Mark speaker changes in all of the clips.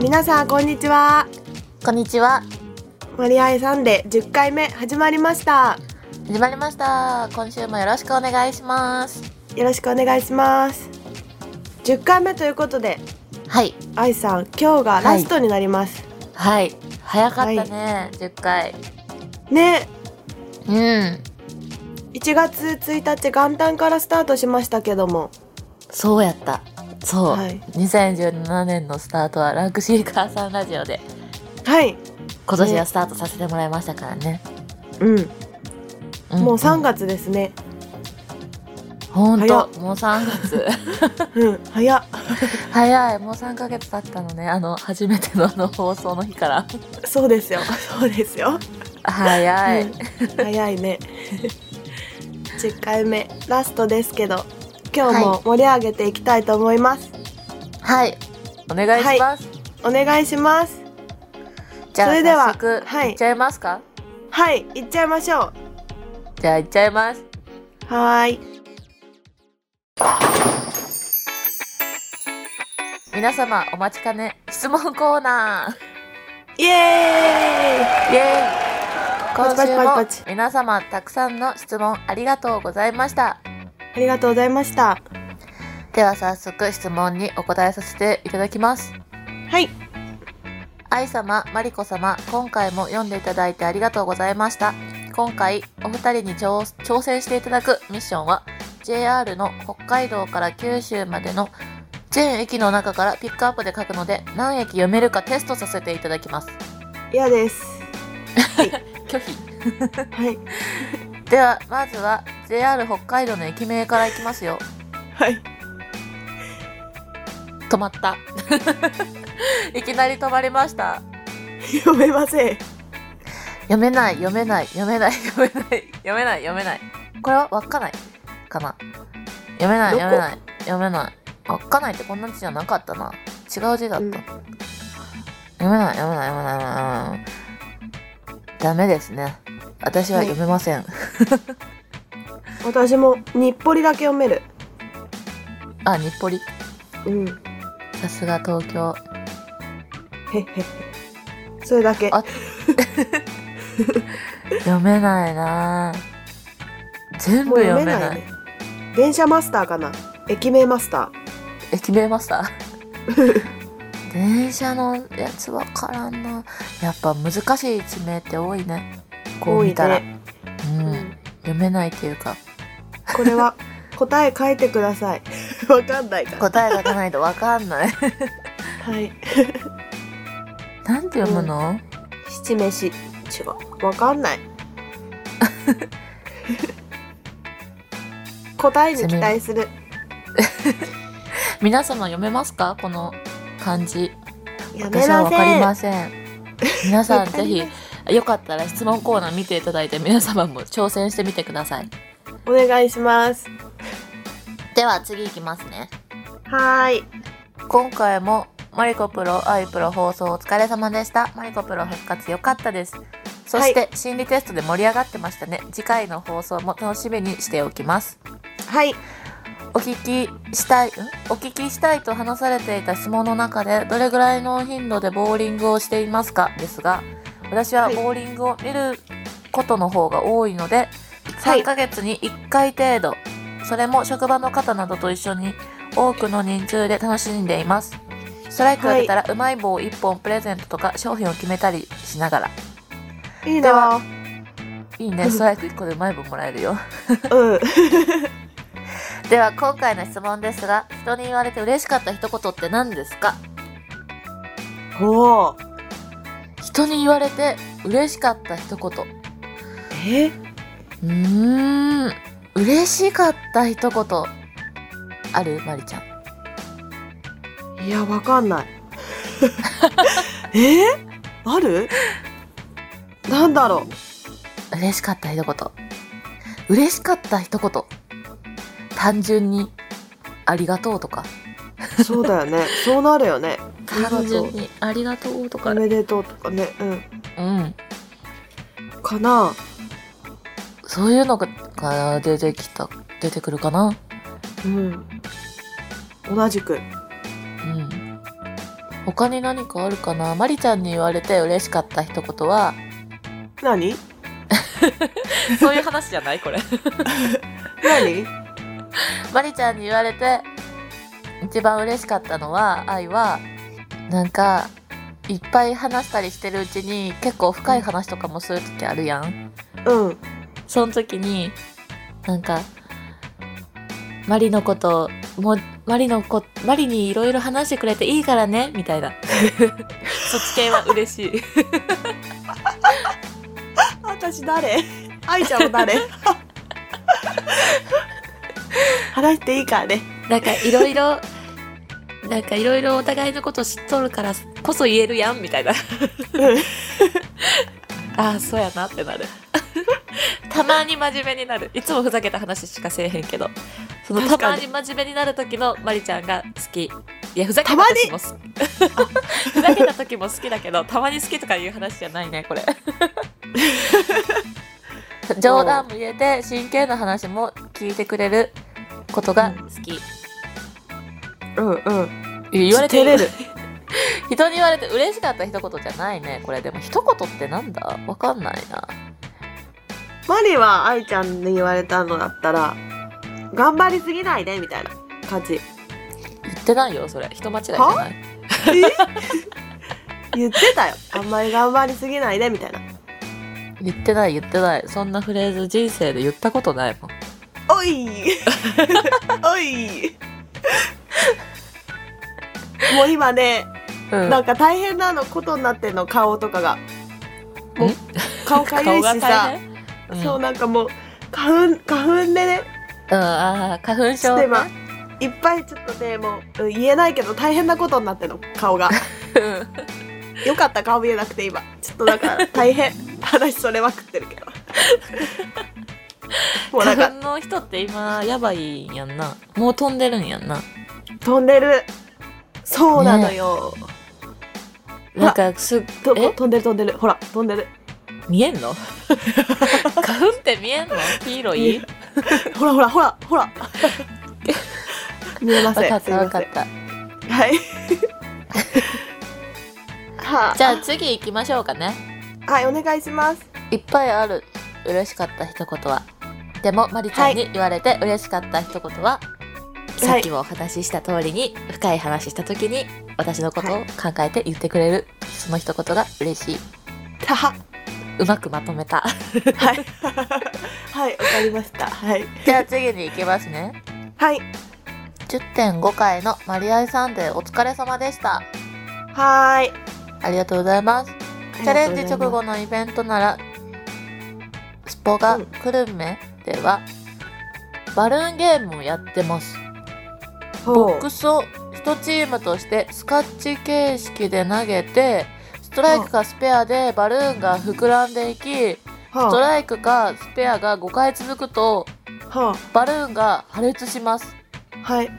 Speaker 1: 皆さんこんにちは
Speaker 2: こんにちは。
Speaker 1: 森愛さんで10回目始まりました
Speaker 2: 始まりました。今週もよろしくお願いします。
Speaker 1: よろしくお願いします10回目ということで
Speaker 2: はい。
Speaker 1: 愛さん今日がラストになります、
Speaker 2: はい。早かったね。10回。
Speaker 1: ね
Speaker 2: うん。
Speaker 1: 1月1日元旦からスタートしましたけども
Speaker 2: そうやった。そう。
Speaker 1: はい
Speaker 2: 2017年のスタートはランクシーカーさんラジオで
Speaker 1: はい
Speaker 2: 今年はスタートさせてもらいましたからね。
Speaker 1: うん
Speaker 2: ん
Speaker 1: もう3。月ですね
Speaker 2: 本
Speaker 1: 早っ
Speaker 2: 当もう3月。
Speaker 1: うん早っ
Speaker 2: 早い。もう3ヶ月経ったのね。あの、初めてのあの放送の日から。
Speaker 1: そうですよそうですよ
Speaker 2: 早い。
Speaker 1: うん早いね10回目ラストですけど今日も盛り上げていきたいと思います、
Speaker 2: はい。お願いします。
Speaker 1: お願いします
Speaker 2: じゃあ、
Speaker 1: それでは
Speaker 2: 早速、
Speaker 1: はい
Speaker 2: いっちゃいますか
Speaker 1: はい行っちゃいましょ
Speaker 2: じゃあ、いっちゃいます。
Speaker 1: うはーい
Speaker 2: 皆様お待ちかね質問コーナ
Speaker 1: イエ
Speaker 2: ーイエーイ今
Speaker 1: パチ
Speaker 2: 週
Speaker 1: パチパ
Speaker 2: も
Speaker 1: チ
Speaker 2: 皆様たくさんの質問ありがとうございました
Speaker 1: ーイありがとうございました
Speaker 2: では早速質問にお答えさせていただきます
Speaker 1: はい
Speaker 2: 愛様マリコ様今回も読んでいただいてありがとうございました今回お二人に挑挑戦していただくミッションは JR の北海道から九州までの全駅の中からピックアップで書くので何駅読めるかテストさせていただきます
Speaker 1: 嫌です
Speaker 2: 拒否
Speaker 1: はい
Speaker 2: ではまずは JR 北海道の駅名からいきますよ
Speaker 1: はい
Speaker 2: 止まった いきなり止まりました
Speaker 1: 読めません
Speaker 2: 読めない読めない読めない読めない読めない読めないこれは稚内かな読めない
Speaker 1: どこ
Speaker 2: 読めない読めない稚内ってこんな字じゃなかったな違う字だった、
Speaker 1: うん
Speaker 2: 読めない読めない読めない読めないダメですね私は読めません、
Speaker 1: 私も日暮里だけ読める
Speaker 2: あ日暮里
Speaker 1: うんへ
Speaker 2: さすが東京
Speaker 1: へへそれだけ
Speaker 2: あ読めないなぁ全部読めない
Speaker 1: ね電車マスターかな駅名マスタ
Speaker 2: 駅名マス ター電車のやつわからんなやっぱ難しい地名って多いねこう見たら、
Speaker 1: 多い
Speaker 2: う
Speaker 1: ー、
Speaker 2: ん
Speaker 1: うん
Speaker 2: 読めないっていうか
Speaker 1: これは答え書いてくださいわかんないから
Speaker 2: 答えが出ないとわかんない
Speaker 1: はい
Speaker 2: なんて読むの、
Speaker 1: 七飯違うわか んない答えに期待する
Speaker 2: 皆様読めますかこの漢字
Speaker 1: やめ
Speaker 2: 私は
Speaker 1: な
Speaker 2: わかり
Speaker 1: せん
Speaker 2: ません皆さんぜひ
Speaker 1: わか
Speaker 2: よかったら質問コーナー見ていただいて皆様も挑戦してみてください
Speaker 1: お願いします
Speaker 2: では次いきますね
Speaker 1: はーい
Speaker 2: 今回もマリコプロアイプロ放送お疲れ様でしたマリコプロ復活良かったですそして、心理テストで盛り上がってましたね次回の放送も楽しみにしておきます
Speaker 1: はい
Speaker 2: お聞きしたいんお聞きしたいと話されていた質問の中でどれぐらいの頻度でボーリングをしていますかですが私は
Speaker 1: はい
Speaker 2: ボーリングを見ることの方が多いので、
Speaker 1: はい
Speaker 2: 3ヶ月に1回程度それも職場の方などと一緒に多くの人数で楽しんでいますストライクが出たらうまい棒1本プレゼントとか商品を決めたりしながら
Speaker 1: いい
Speaker 2: で
Speaker 1: な
Speaker 2: はいいねストライク1個でうまい棒もらえるよ
Speaker 1: うん
Speaker 2: では今回の質問ですが人に言われて嬉しかった一言って何ですか
Speaker 1: ほう
Speaker 2: 人に言われて嬉しかった一言
Speaker 1: え
Speaker 2: うーん嬉しかった一言あるまりちゃん
Speaker 1: いやわか んないえあるなんだろ
Speaker 2: 嬉しかった一言嬉しかった一言単純に「ありがとう」とか
Speaker 1: うそうだよねそうなるよねありがとう
Speaker 2: 単純に「ありがとう」とか
Speaker 1: おめでとうとかね
Speaker 2: う
Speaker 1: う
Speaker 2: ん
Speaker 1: んかな
Speaker 2: そういうのがが出てきた出てくるかな
Speaker 1: うん同じく
Speaker 2: うん他に何かあるかなまりちゃんに言われて嬉しかった一言は
Speaker 1: 何
Speaker 2: そういう話じゃないこれ
Speaker 1: 何
Speaker 2: まりちゃんに言われて一番嬉しかったのは愛はなんかいっぱい話したりしてるうちに結構深い話とかもする時あるやん
Speaker 1: うん
Speaker 2: その時になんかマリのこともマリのこマリにいろいろ話してくれていいからねみたいな そっち系は嬉しい
Speaker 1: 私誰愛ちゃんは誰話していいからね
Speaker 2: なんかいろいろなんかいろいろお互いのこと知っとるからこそ言えるやんみたいな
Speaker 1: うん
Speaker 2: ああそうやなってなるたまに真面目になるいつもふざけた話しかせえへんけどそのた
Speaker 1: 確
Speaker 2: ま
Speaker 1: か
Speaker 2: に
Speaker 1: に
Speaker 2: 真面目になる時のマリちゃんが好きいやふざけ
Speaker 1: た
Speaker 2: た
Speaker 1: ま
Speaker 2: 時
Speaker 1: に
Speaker 2: も好き ふざけた時も好きだけどたまに好きとかいう話じゃないね これ冗談も言えて真剣な話も聞いてくれることが好き、
Speaker 1: うんうん
Speaker 2: 言われてる
Speaker 1: 照れる
Speaker 2: 人に言われて嬉しかった一言じゃないねこれでも一言ってなんだわかんないな
Speaker 1: マリは愛ちゃんに言われたのだったら頑張りすぎないでみたいな感 じ
Speaker 2: 言ってないよそれ人間違いじゃない
Speaker 1: 言ってたよあんまり頑張りすぎないでみたいな
Speaker 2: 言ってない言ってないそんなフレーズ人生で言ったことないもん
Speaker 1: お いおいもう今ね、
Speaker 2: うん
Speaker 1: なんか大変なのことになってんの顔とかがもう顔かゆいしさ、
Speaker 2: うん、
Speaker 1: そううんなんかもう花粉花粉でね
Speaker 2: ああ花粉
Speaker 1: ち
Speaker 2: 症
Speaker 1: ょっと
Speaker 2: ね
Speaker 1: 今いっぱいちょっとねもううん言えないけど大変なことになってんの顔 が
Speaker 2: うん
Speaker 1: よかった顔見えなくて今ちょっとだから大 変話それまくってるけどもうなん
Speaker 2: 花
Speaker 1: か
Speaker 2: 粉の人って今やばいんやんなもう飛んでるんやんな
Speaker 1: 飛んでるそうなのよ、
Speaker 2: なんかすっ
Speaker 1: ど
Speaker 2: え
Speaker 1: こ飛んでる飛んでるほら飛んでる
Speaker 2: 見えんの 花粉って見えんの黄色い
Speaker 1: ほらほらほら ほら見えませ
Speaker 2: 分
Speaker 1: ん
Speaker 2: かっ
Speaker 1: すい
Speaker 2: た
Speaker 1: ませ
Speaker 2: 分
Speaker 1: ん
Speaker 2: かった
Speaker 1: はい はあ
Speaker 2: じゃあ次行きましょうかね
Speaker 1: はいお願いします
Speaker 2: いっぱいある嬉しかった一言はでもまりちゃんに言われて嬉しかった一言は、さっきもお話しした通りに深い話した時に私のことを考えて言ってくれる、その一言が嬉しい
Speaker 1: たは
Speaker 2: うまくまとめた
Speaker 1: はいはいわかりましたはい
Speaker 2: じゃあ次に行きますね
Speaker 1: はい
Speaker 2: 10.5回のマリアイサンデーお疲れ様でした
Speaker 1: はーい
Speaker 2: ありがとうございますチャレンジ直後のイベントならスポがクルメではバルーンゲームをやってますボック
Speaker 1: ス
Speaker 2: スを1チームとしてスカッチ形式で投げてストライクかスペアでバルーンが膨らんでいきスト
Speaker 1: は
Speaker 2: ライクかスペアが5回続くと
Speaker 1: あは
Speaker 2: バルーンが破裂します
Speaker 1: あはい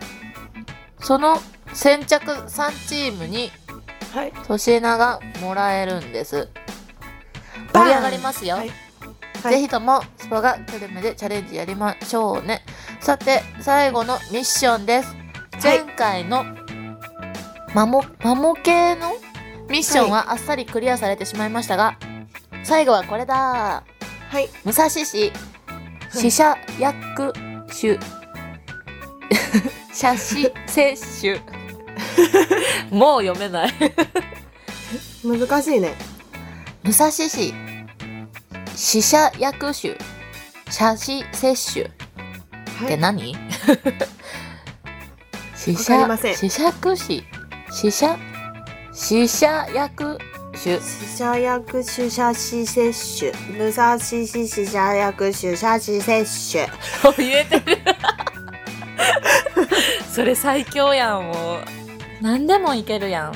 Speaker 2: その先着3チームに
Speaker 1: はい
Speaker 2: 粗品がもらえるんです
Speaker 1: バーン
Speaker 2: 盛り上がりますよ、
Speaker 1: はいはい
Speaker 2: ぜひともスパがグルメでチャレンジやりましょうねさて最後のミッションです
Speaker 1: はい
Speaker 2: 前回のマモマモ系のミッションはあっさりクリアされてしまいましたが、最後はこれだ
Speaker 1: はい
Speaker 2: 武蔵市死者薬 種写真 摂取もう読めない
Speaker 1: 難しいね
Speaker 2: 武蔵市死者薬種写真摂取っ
Speaker 1: は
Speaker 2: て
Speaker 1: い
Speaker 2: 何 死
Speaker 1: わかり
Speaker 2: 者
Speaker 1: ません
Speaker 2: 死者薬師死者死者薬種
Speaker 1: 死者役主者死摂取武蔵死死者役主者死摂取
Speaker 2: を言えてる それ最強やんもう何でもいけるやん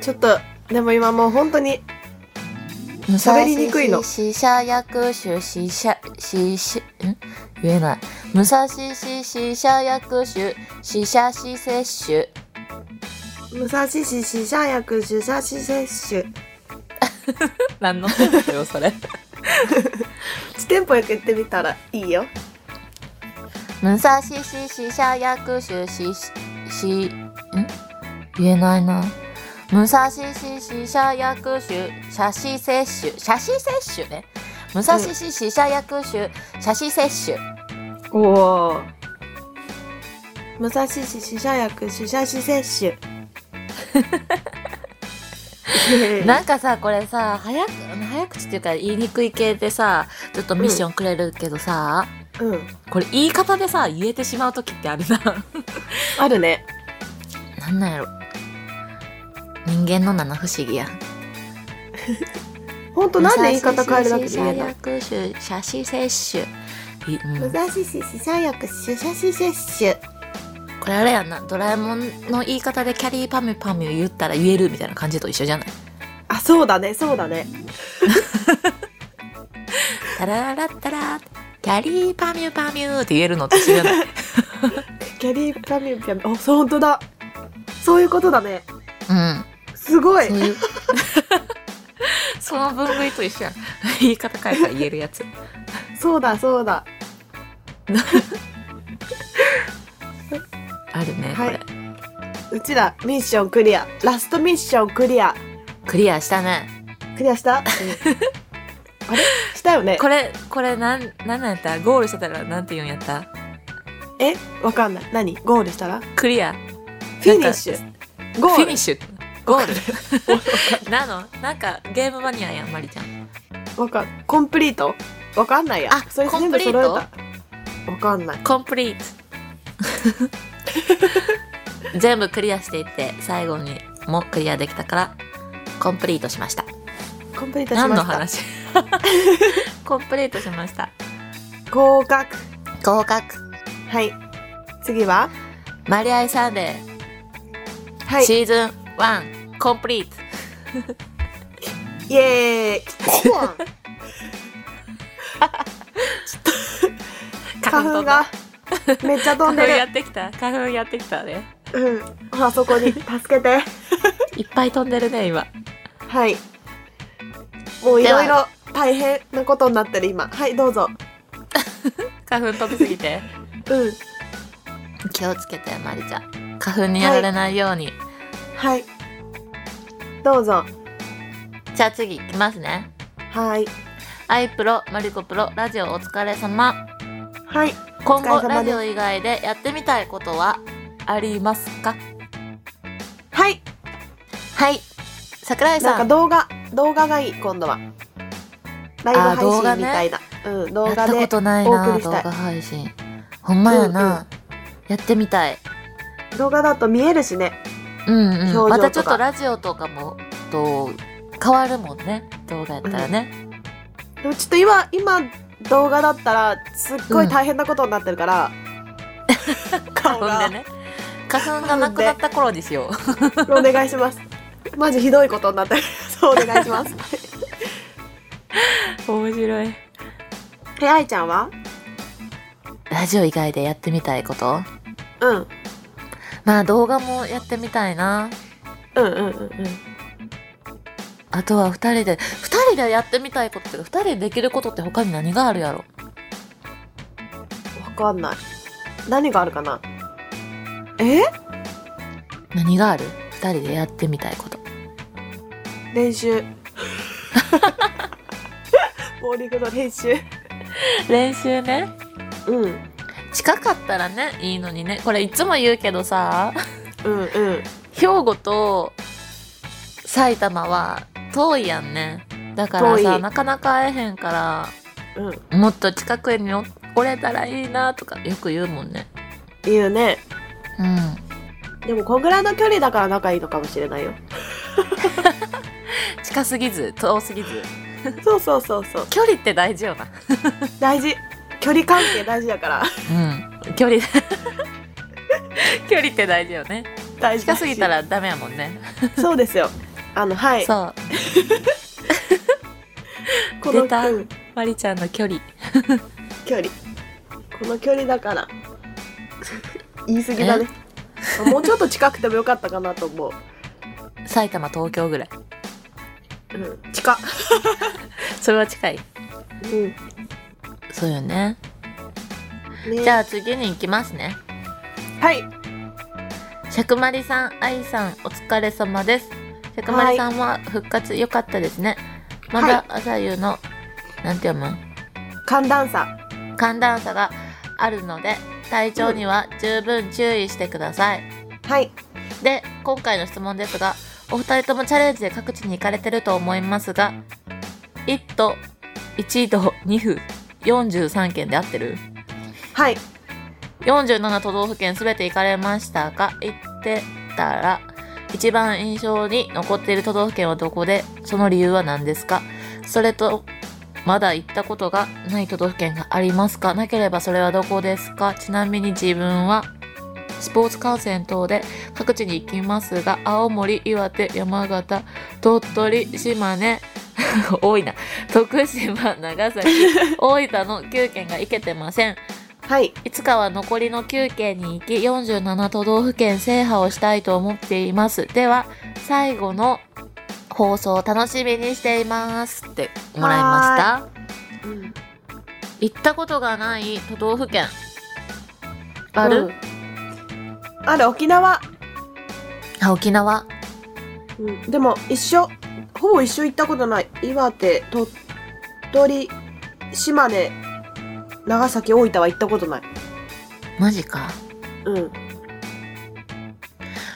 Speaker 1: ちょっとでも今もう本当に
Speaker 2: 喋
Speaker 1: りにくいの
Speaker 2: 死者役種死者死者ん言えない武蔵死死者役種死者死摂取
Speaker 1: 武蔵死死者役主者死摂取
Speaker 2: 何のテンポよそれ
Speaker 1: 地店舗よく言ってみたらいいよ
Speaker 2: 武蔵死死者役種死死ん言えないな武蔵獅子社薬酒写真摂取写真摂取ね武蔵獅子社薬酒写真摂取
Speaker 1: おお武蔵市死者薬死者死摂 取
Speaker 2: なんかさこれさ早く早口っていうか言いにくい系でさちょっとミッションくれるけどさ、
Speaker 1: うん
Speaker 2: これ言い方でさ言えてしまう時ってあるな
Speaker 1: あるね
Speaker 2: なんなんやろ人間の七不思議や
Speaker 1: ほんとなんで言い方変えるだけで言えな
Speaker 2: 武
Speaker 1: い
Speaker 2: 蔵獅子社薬酒写真摂取いうん
Speaker 1: 蔵市死者薬死者死摂取
Speaker 2: これあれやんなドラえもんの言い方でキャリーパミュパミュ言ったら言えるみたいな感じと一緒じゃ ない
Speaker 1: あそうだねそうだね
Speaker 2: タラララッタラキャリーパミュパミュって言えるのと一緒じゃない
Speaker 1: キャリーパミュピャミあそうほんとだそういうことだね
Speaker 2: うん
Speaker 1: すごい
Speaker 2: そういうその分類と一緒やん 言い方変えたら言えるやつ
Speaker 1: そうだそうだ
Speaker 2: あるね、
Speaker 1: はい
Speaker 2: こ
Speaker 1: うちらミッションクリアラストミッションクリア
Speaker 2: れクリアしたね
Speaker 1: クリアした うんあれしたよね
Speaker 2: これこれなんなんなんやったゴールしてたらなんて言うんやった
Speaker 1: えわかんない何ゴールしたら
Speaker 2: クリア
Speaker 1: フィニッシュゴ
Speaker 2: フ
Speaker 1: ー
Speaker 2: ィ
Speaker 1: ル
Speaker 2: ニッシュゴールなのなんかゲームマニアやんまりちゃん
Speaker 1: わかんコンプリートわかんないや
Speaker 2: あ
Speaker 1: それ全部揃えた
Speaker 2: コン
Speaker 1: わかんない
Speaker 2: コンプリート 全部クリアしていって最後にもクリアできたからコンプリートしました
Speaker 1: コンプリートし
Speaker 2: 何
Speaker 1: ま
Speaker 2: の
Speaker 1: した
Speaker 2: 話コンプリートしました
Speaker 1: 合格
Speaker 2: 合格
Speaker 1: はい次は
Speaker 2: マリアイサンデー、
Speaker 1: はい
Speaker 2: シーズン1コンプリート
Speaker 1: イエ ーイコーン花粉がめっちゃ飛
Speaker 2: 花
Speaker 1: ん
Speaker 2: 粉
Speaker 1: で
Speaker 2: や
Speaker 1: る
Speaker 2: ってきた花粉やってきたね
Speaker 1: うんあそこに助けて
Speaker 2: いっぱい飛んでるね今
Speaker 1: はいもういろい
Speaker 2: で
Speaker 1: ろ大変なことになってる今はいどうぞ
Speaker 2: 花粉飛びすぎて
Speaker 1: うん
Speaker 2: 気をつけてマリちゃん花粉にやられないように、
Speaker 1: はいどうぞ
Speaker 2: じゃあ次いきますね
Speaker 1: はい
Speaker 2: アイプロマリコプロラジオお疲れ様
Speaker 1: はい
Speaker 2: 今
Speaker 1: お疲
Speaker 2: 後
Speaker 1: れ様
Speaker 2: ラ
Speaker 1: で
Speaker 2: ジ
Speaker 1: す
Speaker 2: オ以外でやってみたいことはありますか
Speaker 1: はい
Speaker 2: はい桜井
Speaker 1: なん
Speaker 2: さ
Speaker 1: か
Speaker 2: ん
Speaker 1: 動画動画がいい今度はライブ配信みたいな、うん動
Speaker 2: やっ
Speaker 1: 画
Speaker 2: た
Speaker 1: で
Speaker 2: ことない
Speaker 1: お送
Speaker 2: な
Speaker 1: りし
Speaker 2: 動
Speaker 1: た
Speaker 2: 画
Speaker 1: い
Speaker 2: 配信ほんまやな、やってみたい
Speaker 1: 動画だと見えるしね
Speaker 2: うんうんま
Speaker 1: 表情とか
Speaker 2: たちょっとラジオとかもと変わるもんね動画やったらね、
Speaker 1: でもちょっと今今動画だったらすっごい大変なことになってるから、顔
Speaker 2: 花粉
Speaker 1: が、
Speaker 2: でね花粉がなくなった頃にしよう
Speaker 1: お願いします マジひどいことになってる そうお願い します
Speaker 2: 面白い
Speaker 1: えあいちゃんは
Speaker 2: ラジオ以外でやってみたいこと
Speaker 1: うん
Speaker 2: まあ動画もやってみたいな
Speaker 1: うんうんうんうん
Speaker 2: あとは二人で二人でやってみたいことっていうか二人でできることって他に何があるやろ
Speaker 1: わかんない何があるかなえ
Speaker 2: 何がある二人でやってみたいこと
Speaker 1: 練習 ボーリングの練習
Speaker 2: 練習ね
Speaker 1: うん
Speaker 2: 近かったらねいいのにねこれいつも言うけどさ
Speaker 1: うんうん
Speaker 2: 兵庫と埼玉は遠いやんねだから
Speaker 1: 遠
Speaker 2: さ
Speaker 1: い
Speaker 2: なかなか会えへんか
Speaker 1: うん
Speaker 2: らもっと近くにおおれたらいいなとかよく言うもんね
Speaker 1: 言うね
Speaker 2: うん
Speaker 1: でもこんぐらいの距離だから仲いいのかもしれないよ
Speaker 2: 近すぎず遠すぎず
Speaker 1: そうそうそうそう
Speaker 2: 距離って大事よな
Speaker 1: 大事距離関係大事だから
Speaker 2: うん距離 距離って大事よね
Speaker 1: 大事
Speaker 2: 近すぎたらダメやもんね、
Speaker 1: そうですよあのはい
Speaker 2: そう
Speaker 1: この
Speaker 2: 出た
Speaker 1: うん
Speaker 2: マリちゃんの距離
Speaker 1: 距離この距離だから 言い過ぎだねもうちょっと近くてもよかったかなと思う、
Speaker 2: 埼玉東京ぐらい
Speaker 1: うん、近っ
Speaker 2: それは近い
Speaker 1: うん
Speaker 2: そうよね
Speaker 1: ね
Speaker 2: じゃあ次に行きますね
Speaker 1: はい
Speaker 2: しゃくまりさんあいさんお疲れ様です百丸さんは復活良かったですね。まだ朝夕の、なんて読む
Speaker 1: 寒暖差
Speaker 2: 寒暖差があるので、体調には十分注意してください。
Speaker 1: はい
Speaker 2: で、今回の質問ですが、お二人ともチャレンジで各地に行かれてると思いますが、1都、1度、2府、43県で合ってる
Speaker 1: はい
Speaker 2: 47都道府県すべて行かれましたが行ってたら一番印象に残っている都道府県はどこでその理由は何ですかそれとまだ行ったことがない都道府県がありますかなければそれはどこですかちなみに自分はスポーツ観戦等で各地に行きますが青森岩手山形鳥取島根 多いな徳島長崎大分の9県が行けてません
Speaker 1: はい
Speaker 2: いつかは残りの9県に行き47都道府県制覇をしたいと思っています。では最後の放送を楽しみにしていますってもらいました。
Speaker 1: うん
Speaker 2: 行ったことがない都道府県ある、
Speaker 1: うんある沖縄、
Speaker 2: あ沖縄
Speaker 1: うん、でも一緒ほぼ一緒行ったことない岩手鳥取島根長崎大分は行ったことない
Speaker 2: マジか。
Speaker 1: うん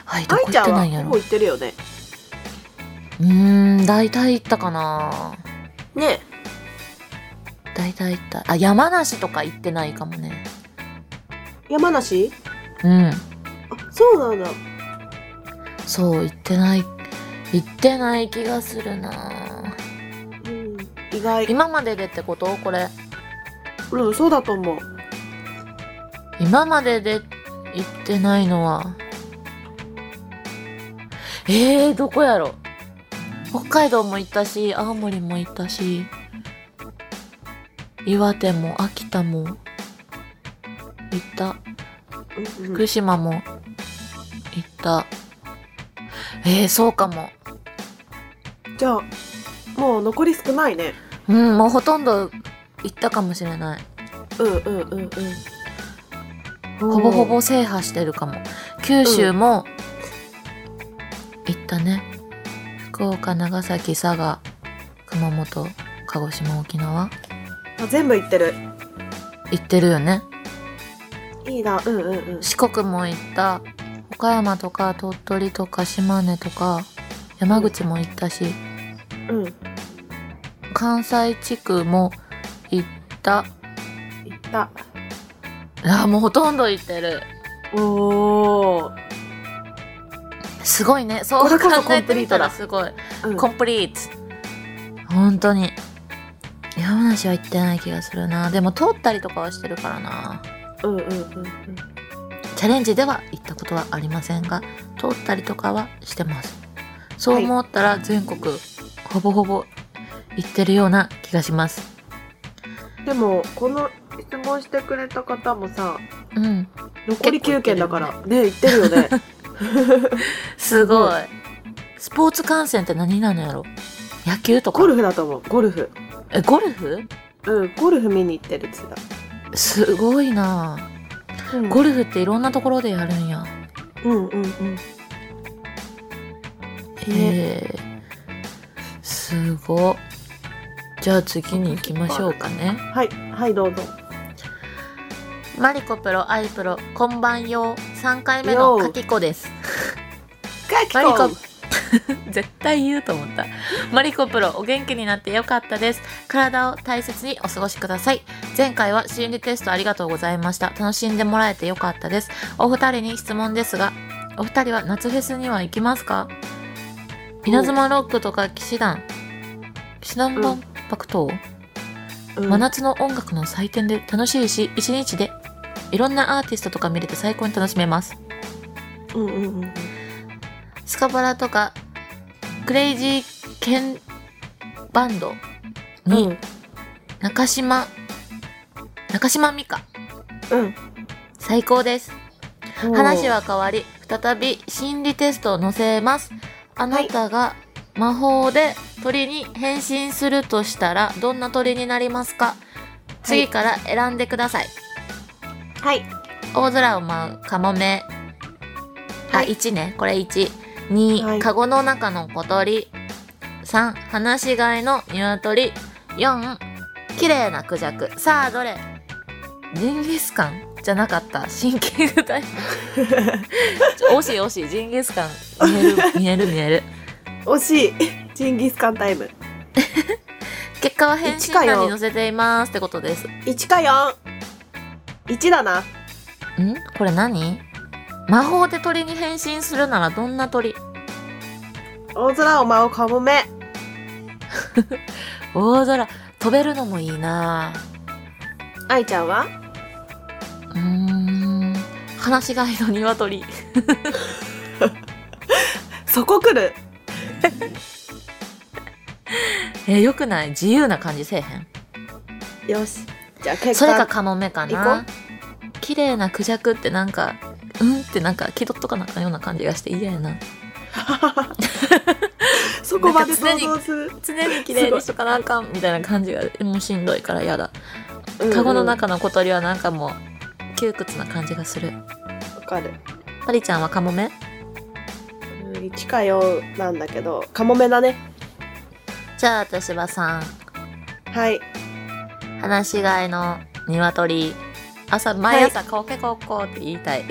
Speaker 2: はいど
Speaker 1: 愛
Speaker 2: こ行っ
Speaker 1: ちゃ
Speaker 2: て
Speaker 1: ん
Speaker 2: な
Speaker 1: はい
Speaker 2: んや
Speaker 1: ほ
Speaker 2: ろ。
Speaker 1: ぼ
Speaker 2: う
Speaker 1: 行ってるよね
Speaker 2: ーん大体行ったかな。
Speaker 1: ね
Speaker 2: 大体行った。あ山梨とか行ってないかもね。
Speaker 1: 山梨
Speaker 2: うん
Speaker 1: あそうなんだ
Speaker 2: そう行ってない行ってない気がするな。
Speaker 1: うん意外
Speaker 2: 今まででってことこれ
Speaker 1: うんそうだと思う
Speaker 2: 今までで行ってないのはえー、どこやろ北海道も行ったし青森も行ったし岩手も秋田も行った
Speaker 1: うんうん
Speaker 2: 福島も行ったえー、そうかも
Speaker 1: じゃあもう残り少ないね
Speaker 2: うんもうほとんど行ったかもしれない
Speaker 1: うんうんうんうん
Speaker 2: ほぼほぼ制覇してるかも。九州も行ったね。福岡、長崎、佐賀、熊本、鹿児島、沖縄
Speaker 1: あ全部行ってる
Speaker 2: 行ってるよね。
Speaker 1: いいなうんうんうん
Speaker 2: 四国も行った。岡山とか鳥取とか島根とか山口も行ったし、
Speaker 1: うん行
Speaker 2: 関西地区も行った。
Speaker 1: った
Speaker 2: あーもうほとんど行ってる。
Speaker 1: おお、
Speaker 2: すごいね。そう
Speaker 1: これこそ
Speaker 2: 考えてみたら
Speaker 1: コン
Speaker 2: すごい。
Speaker 1: うん、
Speaker 2: コンプリート本当に山梨は行ってない気がするなでも通ったりとかはしてるからな
Speaker 1: うんうんうんうん
Speaker 2: チャレンジでは行ったことはありませんが通ったりとかはしてますそう思ったら全国、ほぼほぼ行ってるような気がします
Speaker 1: でもこの質問してくれた方もさ
Speaker 2: うん
Speaker 1: 残り9件だからね行ってるよね
Speaker 2: す
Speaker 1: ご
Speaker 2: ご
Speaker 1: い
Speaker 2: いスポーツ観戦って何なのやろ野球とか
Speaker 1: ゴルフだと思うゴルフ
Speaker 2: えゴルフ
Speaker 1: うんゴルフ見に行ってるって言って
Speaker 2: すごいな
Speaker 1: た、うん、
Speaker 2: ゴルフっていろんなところでやるんや
Speaker 1: うんうんうんね
Speaker 2: えー、すごっじゃあ次に行きましょうかね
Speaker 1: はいはいどうぞ
Speaker 2: マリコプロアイプロこんばんよ3回目のかきこですマリコ 絶対言うと思ったマリコプロお元気になってよかったです体を大切にお過ごしください前回は心理テストありがとうございました楽しんでもらえてよかったですお二人に質問ですがお二人は夏フェスには行きますか稲妻ロックとか騎士団騎士団万博等、
Speaker 1: うん
Speaker 2: 真夏の音楽の祭典で楽しいし一日でいろんなアーティストとか見れて最高に楽しめます
Speaker 1: うんうんうんうん
Speaker 2: スカパラとかクレイジーケンバンドに、
Speaker 1: うん
Speaker 2: 中島中島美香
Speaker 1: うん
Speaker 2: 最高です話は変わり再び心理テストを載せますあなたが魔法で鳥に変身するとしたらどんな鳥になりますか次から選んでください
Speaker 1: はい
Speaker 2: 大空を舞うカモメ。あ、
Speaker 1: はい
Speaker 2: 1ね。これ1。 2、
Speaker 1: はい
Speaker 2: カゴの中の小鳥3放し飼いの鶏4綺麗なクジャクさあどれジンギスカンじゃなかった神経具 体ちょ惜しい惜しいジンギスカン見える見える見える
Speaker 1: 惜しい ジンギスカンタイム
Speaker 2: 結果は返信欄に載せていますってことです
Speaker 1: 1か41だなん
Speaker 2: これ何魔法で鳥に変身するならどんな鳥
Speaker 1: 大空を舞うカモメ
Speaker 2: 大空飛べるのもいいな
Speaker 1: 愛ちゃんは
Speaker 2: うーん放し飼いの鶏
Speaker 1: そこ来る
Speaker 2: えよくない自由な感じせえへん
Speaker 1: よしじゃあ結
Speaker 2: それ
Speaker 1: 果
Speaker 2: かカモメか
Speaker 1: 行こ
Speaker 2: な綺麗なクジャクってなんかうんってなんか気取っとかなんかような感じがして嫌やな
Speaker 1: そこまで
Speaker 2: なんか常
Speaker 1: 想
Speaker 2: に
Speaker 1: 像する
Speaker 2: 常に綺麗にしとかなあかんみたいな感じがもうしんどいから嫌だカゴの中の小鳥はなんかもう窮屈な感じがする
Speaker 1: うんうんわかる
Speaker 2: パリちゃんはカモメ
Speaker 1: うん1か4なんだけどカモメだね
Speaker 2: じゃあ私は3
Speaker 1: はい
Speaker 2: 放し飼いの鶏朝毎朝コケコッコーって言い たい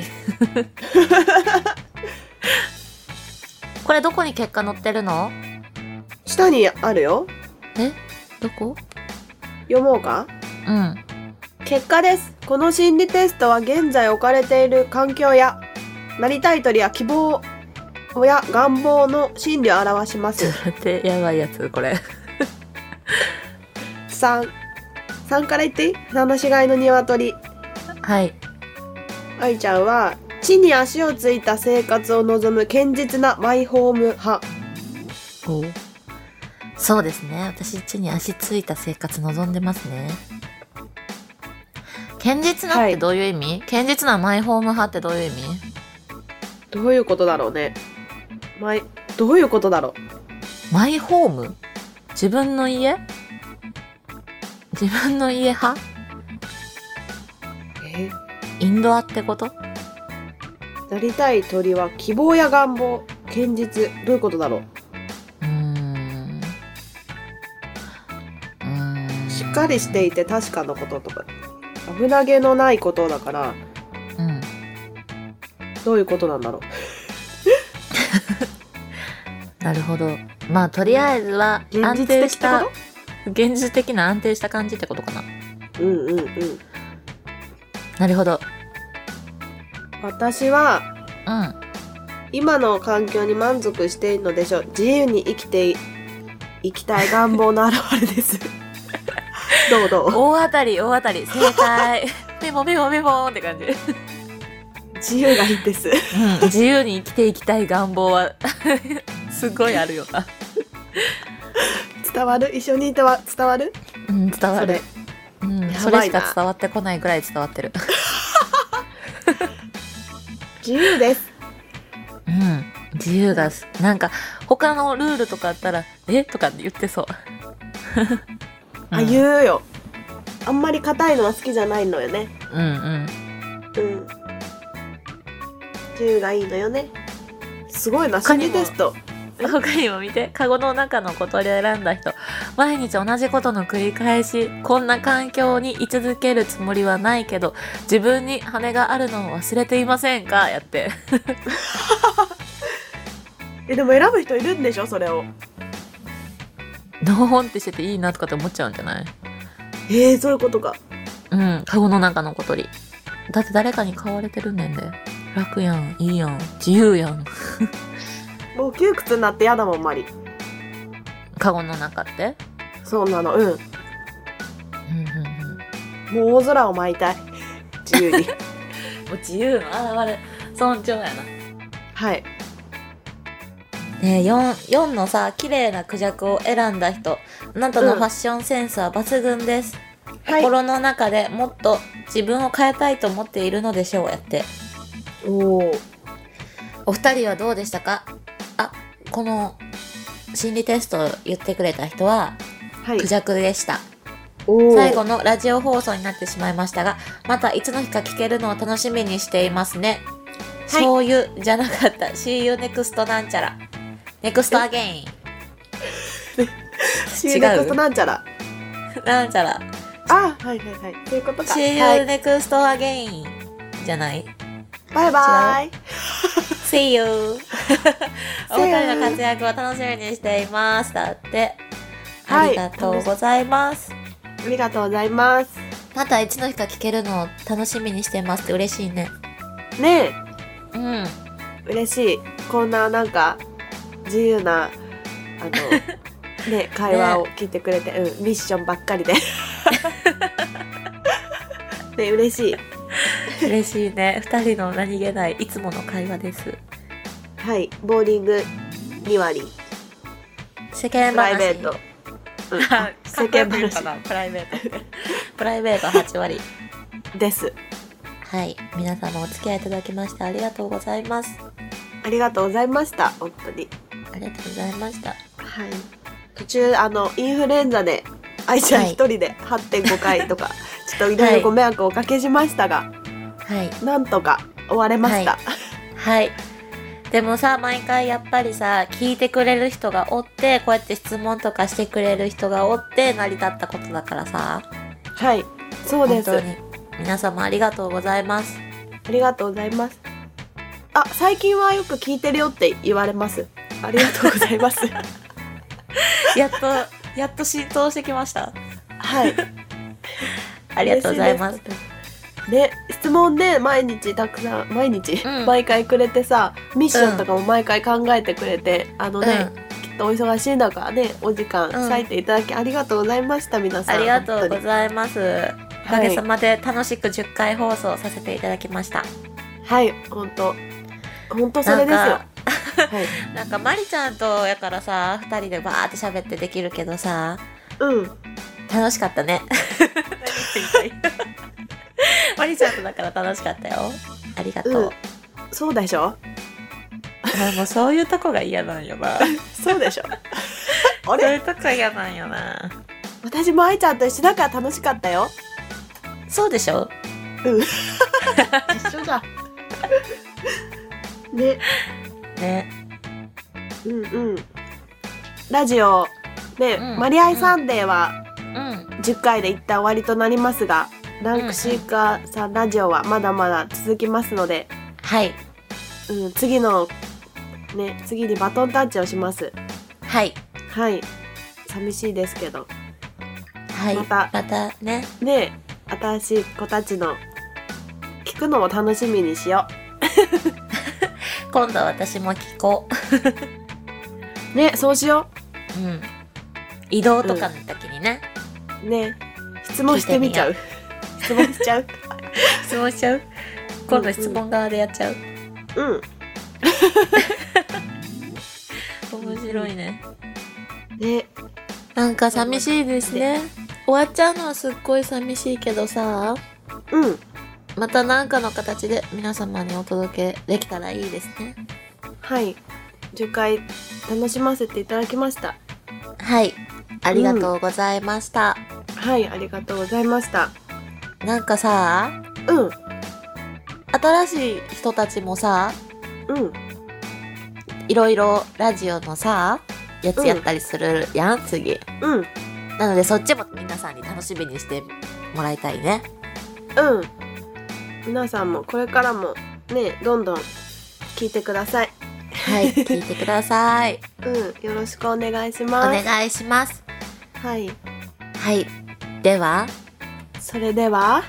Speaker 2: これどこに結果載ってるの
Speaker 1: 下にあるよ
Speaker 2: どこ
Speaker 1: 読もうか
Speaker 2: うん
Speaker 1: 結果ですこの心理テストは現在置かれている環境やなりたい鳥や希望や願望の心理を表しま
Speaker 2: ちょっ
Speaker 1: す
Speaker 2: と待ってやばいやつこれ
Speaker 1: 33から言っていい放し飼いの鶏
Speaker 2: はい
Speaker 1: 愛ちゃんは地に足をついた生活を望む堅実なマイホーム派
Speaker 2: そうですね私地に足ついた生活望んでますね堅実なっ
Speaker 1: は
Speaker 2: て
Speaker 1: い
Speaker 2: どういう意味、堅実なマイホーム派ってどういう意味
Speaker 1: どういうことだろうねマイどういうことだろ
Speaker 2: マイホーム自分の家自分の家派
Speaker 1: うえ
Speaker 2: インドアってこと
Speaker 1: なりたい鳥は希望や願望堅実どういうことだろう
Speaker 2: うーんうーん
Speaker 1: しっかりしていて確かなこととか危なげのないことだから
Speaker 2: うん
Speaker 1: どういうことなんだろ
Speaker 2: なるほどまあとりあえずは
Speaker 1: う現
Speaker 2: 安
Speaker 1: 実
Speaker 2: 定
Speaker 1: 的っ
Speaker 2: して
Speaker 1: こ
Speaker 2: た現実的な安定した感じってことかな
Speaker 1: とうんうんうん
Speaker 2: なるほど
Speaker 1: 私は
Speaker 2: うん
Speaker 1: 今の環境に満足しているのでしょう自由に生きてい生きたい願望の表れです どうどう
Speaker 2: 大当たり大当たり正 解メモメモメモって感じ、
Speaker 1: 自由がいいです
Speaker 2: うん、自由に生きていきたい願望は すごいあるよな、
Speaker 1: 伝わる一緒にいては伝わる
Speaker 2: うん、伝わ
Speaker 1: そ
Speaker 2: る
Speaker 1: れ
Speaker 2: それ,、うん、
Speaker 1: やばいな
Speaker 2: それしか伝わってこないぐらい伝わってる
Speaker 1: 自由です
Speaker 2: うん自由がすなんか他のルールとかあったら「えとか言ってそう
Speaker 1: あ
Speaker 2: う
Speaker 1: 言うよあんまり硬いのは好きじゃないのよね
Speaker 2: うんうん
Speaker 1: うん自由がいいのよねすごいな
Speaker 2: 他
Speaker 1: 心
Speaker 2: にも
Speaker 1: 理テスト
Speaker 2: 他にも見て、カゴの中の小鳥を選んだ人。毎日同じことの繰り返し、こんな環境に居続けるつもりはないけど、自分に羽があるのを忘れていませんかやって。
Speaker 1: えでも選ぶ人いるんでしょそれを
Speaker 2: ドーンってしてていいなとかって思っちゃうんじゃない
Speaker 1: えー、そういうことか
Speaker 2: うん、カゴの中の小鳥。だって誰かに飼われてるねんで。楽やん、いいやん、自由やん。
Speaker 1: もう窮屈になってやだもんマリ
Speaker 2: カゴの中って。
Speaker 1: そうなのうん
Speaker 2: うんうんうん。
Speaker 1: もう大空を舞いたい自由に
Speaker 2: もう自由の現れ、尊重やな。
Speaker 1: はい
Speaker 2: ねえ 4, 4のさ綺麗なクジャクを選んだ人あなたの
Speaker 1: うん
Speaker 2: ファッションセンスは抜群です、
Speaker 1: はい
Speaker 2: 心の中でもっと自分を変えたいと思っているのでしょうやって
Speaker 1: おー
Speaker 2: お二人はどうでしたかあこの心理テストを言ってくれた人は
Speaker 1: はい
Speaker 2: クジャクでした、
Speaker 1: おー
Speaker 2: 最後のラジオ放送になってしまいましたがまたいつの日か聞けるのを楽しみにしていますねそういうじゃなかった。See you next なんちゃら。next again
Speaker 1: シーネクストなんちゃら。
Speaker 2: なんちゃら。
Speaker 1: あ、はいはいはい。ということか。
Speaker 2: See
Speaker 1: は
Speaker 2: you
Speaker 1: い
Speaker 2: next again じゃない
Speaker 1: バイバイ。
Speaker 2: See you お二人の活躍を楽しみにしています。だって。あ
Speaker 1: はい
Speaker 2: りがとうございます。
Speaker 1: ありがとうございます。
Speaker 2: また一の日が聞けるのを楽しみにしてますって嬉しいね。
Speaker 1: ね
Speaker 2: うん。
Speaker 1: え、嬉しい。こんななんか、自由な、あ の、ね、会話を聞いてくれて、うん、ミッションばっか りで。ね、嬉しい。
Speaker 2: 嬉しいね。二人の何気ないいつもの会話です。
Speaker 1: はい、ボーリング2割、
Speaker 2: 世間話。
Speaker 1: プライベート。うん
Speaker 2: あ。
Speaker 1: 世間
Speaker 2: 考えてるか
Speaker 1: 話
Speaker 2: な プライベートって。プライベート8割。
Speaker 1: です。
Speaker 2: はい。皆様お付き合いいただきましてありがとうございます。
Speaker 1: ありがとうございました、本当に。
Speaker 2: ありがとうございました。
Speaker 1: はい。途中、あの、インフルエンザで、愛ちゃん
Speaker 2: はい
Speaker 1: 一人で8.5回とか、ちょっといろいろご迷惑をおかけしましたが、
Speaker 2: はい。
Speaker 1: なんとか終われました。
Speaker 2: はい。でもさ、毎回やっぱりさ、聞いてくれる人がおって、こうやって質問とかしてくれる人がおって、成り立ったことだからさ、
Speaker 1: はい。そうで
Speaker 2: 本
Speaker 1: す。
Speaker 2: 当
Speaker 1: あ
Speaker 2: に皆様ありがとうございます。
Speaker 1: りがとうございます。あ、最近はよく聞いてるよって言われます。ありがとうござ います。
Speaker 2: やっと、やっと浸透してきました。
Speaker 1: はい。
Speaker 2: ありがとうございます。
Speaker 1: ね、質問で毎日たくさん、毎日、
Speaker 2: うん
Speaker 1: 毎回くれてさ、ミッションとかも毎回考えてくれて、あの
Speaker 2: う
Speaker 1: ね、
Speaker 2: ん、
Speaker 1: ちょっとお忙しい中ねお時間
Speaker 2: うん
Speaker 1: 割いていただきありがとうございました、皆さん
Speaker 2: ありがとうご
Speaker 1: 本
Speaker 2: ざいます。お
Speaker 1: 当
Speaker 2: か
Speaker 1: に
Speaker 2: げさまで楽しく10回放送させていただきました。
Speaker 1: はい本当本当それですよ
Speaker 2: なんか
Speaker 1: はい、
Speaker 2: なんかまりちゃんとやからさ2人でバーって喋ってできるけどさ
Speaker 1: うん
Speaker 2: 楽しかった ねまりちゃんとだから楽しかったよありがとう、
Speaker 1: うんそうでしょ
Speaker 2: あもうそういうとこが嫌なんよな
Speaker 1: そうでしょ あ
Speaker 2: そう
Speaker 1: れ
Speaker 2: いうとこが嫌なんよな
Speaker 1: 私も愛ちゃんと一緒だから楽しかったよ
Speaker 2: そうでしょ
Speaker 1: 一緒だね
Speaker 2: ね
Speaker 1: うんうんラジオね、
Speaker 2: うん
Speaker 1: マリアイサンデーは
Speaker 2: うん
Speaker 1: 10回で一旦終わりとなりますがランクシーカーさんラジオはまだまだ続きますので
Speaker 2: はい
Speaker 1: うん、次のね次にバトンタッチをします
Speaker 2: はい
Speaker 1: はい寂しいですけど
Speaker 2: はい
Speaker 1: また
Speaker 2: またね
Speaker 1: ねえ新しい子たちの聞くのも楽しみにしよ
Speaker 2: 今度私も聞こ
Speaker 1: うねそうしよ
Speaker 2: ううん移動とかの時にね、
Speaker 1: うね質問してみちゃう質問しちゃう
Speaker 2: 質問しちゃう今度質問側でやっちゃう、
Speaker 1: うん
Speaker 2: 面白いね
Speaker 1: ね
Speaker 2: なんか寂しいですね終わっちゃうのはすっごい寂しいけどさ
Speaker 1: うん
Speaker 2: また何かの形で皆様にお届けできたらいいですね
Speaker 1: はい10回楽しませていただきました
Speaker 2: はいありがとうございました、
Speaker 1: はいありがとうございました
Speaker 2: なんかさ
Speaker 1: うん
Speaker 2: 新しい人たちもさ
Speaker 1: うん
Speaker 2: いろいろラジオのさやつやったりするやん、次
Speaker 1: うん
Speaker 2: なのでそっちも皆さんに楽しみにしてもらいたいね
Speaker 1: うん皆さんもこれからもねどんどん聞いてください
Speaker 2: はい聞いてください
Speaker 1: うん、よろしくお願いし
Speaker 2: お
Speaker 1: ます。
Speaker 2: 願いします
Speaker 1: はい、
Speaker 2: はいでは
Speaker 1: それでは、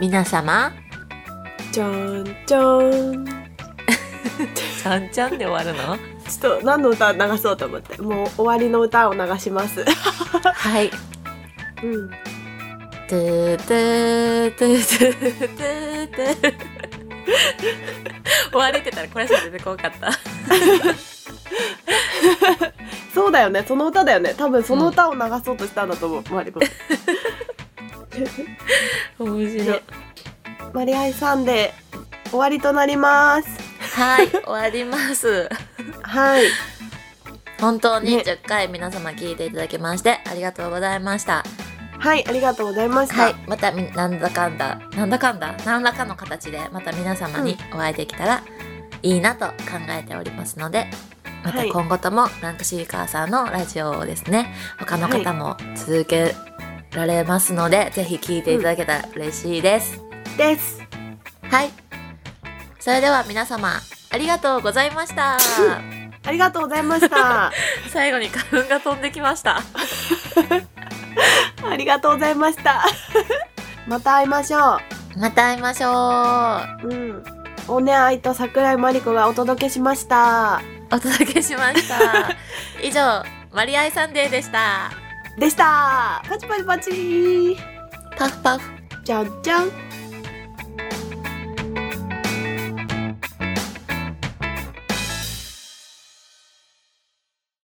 Speaker 2: 皆様
Speaker 1: じょんじょん。ち
Speaker 2: ちゃんちゃんで終わるの
Speaker 1: ょっと何の歌流そうと思って、もう終わりの歌を流します。
Speaker 2: はい
Speaker 1: うん、
Speaker 2: トゥトゥトゥトゥトゥトゥ終わりって言ったらこれしか出てこなかった
Speaker 1: そうだよね、その歌だよね、多分その歌を流そうとしたんだ と思う、マリも。
Speaker 2: 面
Speaker 1: 白いマリアイさんで、終わりとなります。
Speaker 2: はい終わります
Speaker 1: はい、
Speaker 2: 本当に
Speaker 1: ね
Speaker 2: 10回皆様聞いていただきましてありがとうございました
Speaker 1: はい、ありがとうございました。
Speaker 2: はい、またみなんだかんだなんだかんだ何らかの形でまた皆様にお会いできたらいいなと考えておりますので、また
Speaker 1: はい
Speaker 2: 今後ともランクシーカーさんのラジオをですね他の方も続けられますので、ぜひ聞いていただけたら嬉しいです、
Speaker 1: です。
Speaker 2: はいそれでは皆様ありがとうございました
Speaker 1: ありがとうございました。
Speaker 2: 最後に花粉が飛んできました
Speaker 1: ありがとうございました。 また会いましょ
Speaker 2: また会いましょう
Speaker 1: う。うん。おねあいと桜井マリコがお届けしました。
Speaker 2: お届けしました 以上マリアイサンデーでした
Speaker 1: でした。パチパチパチ。
Speaker 2: パフパフ
Speaker 1: じゃんじゃん。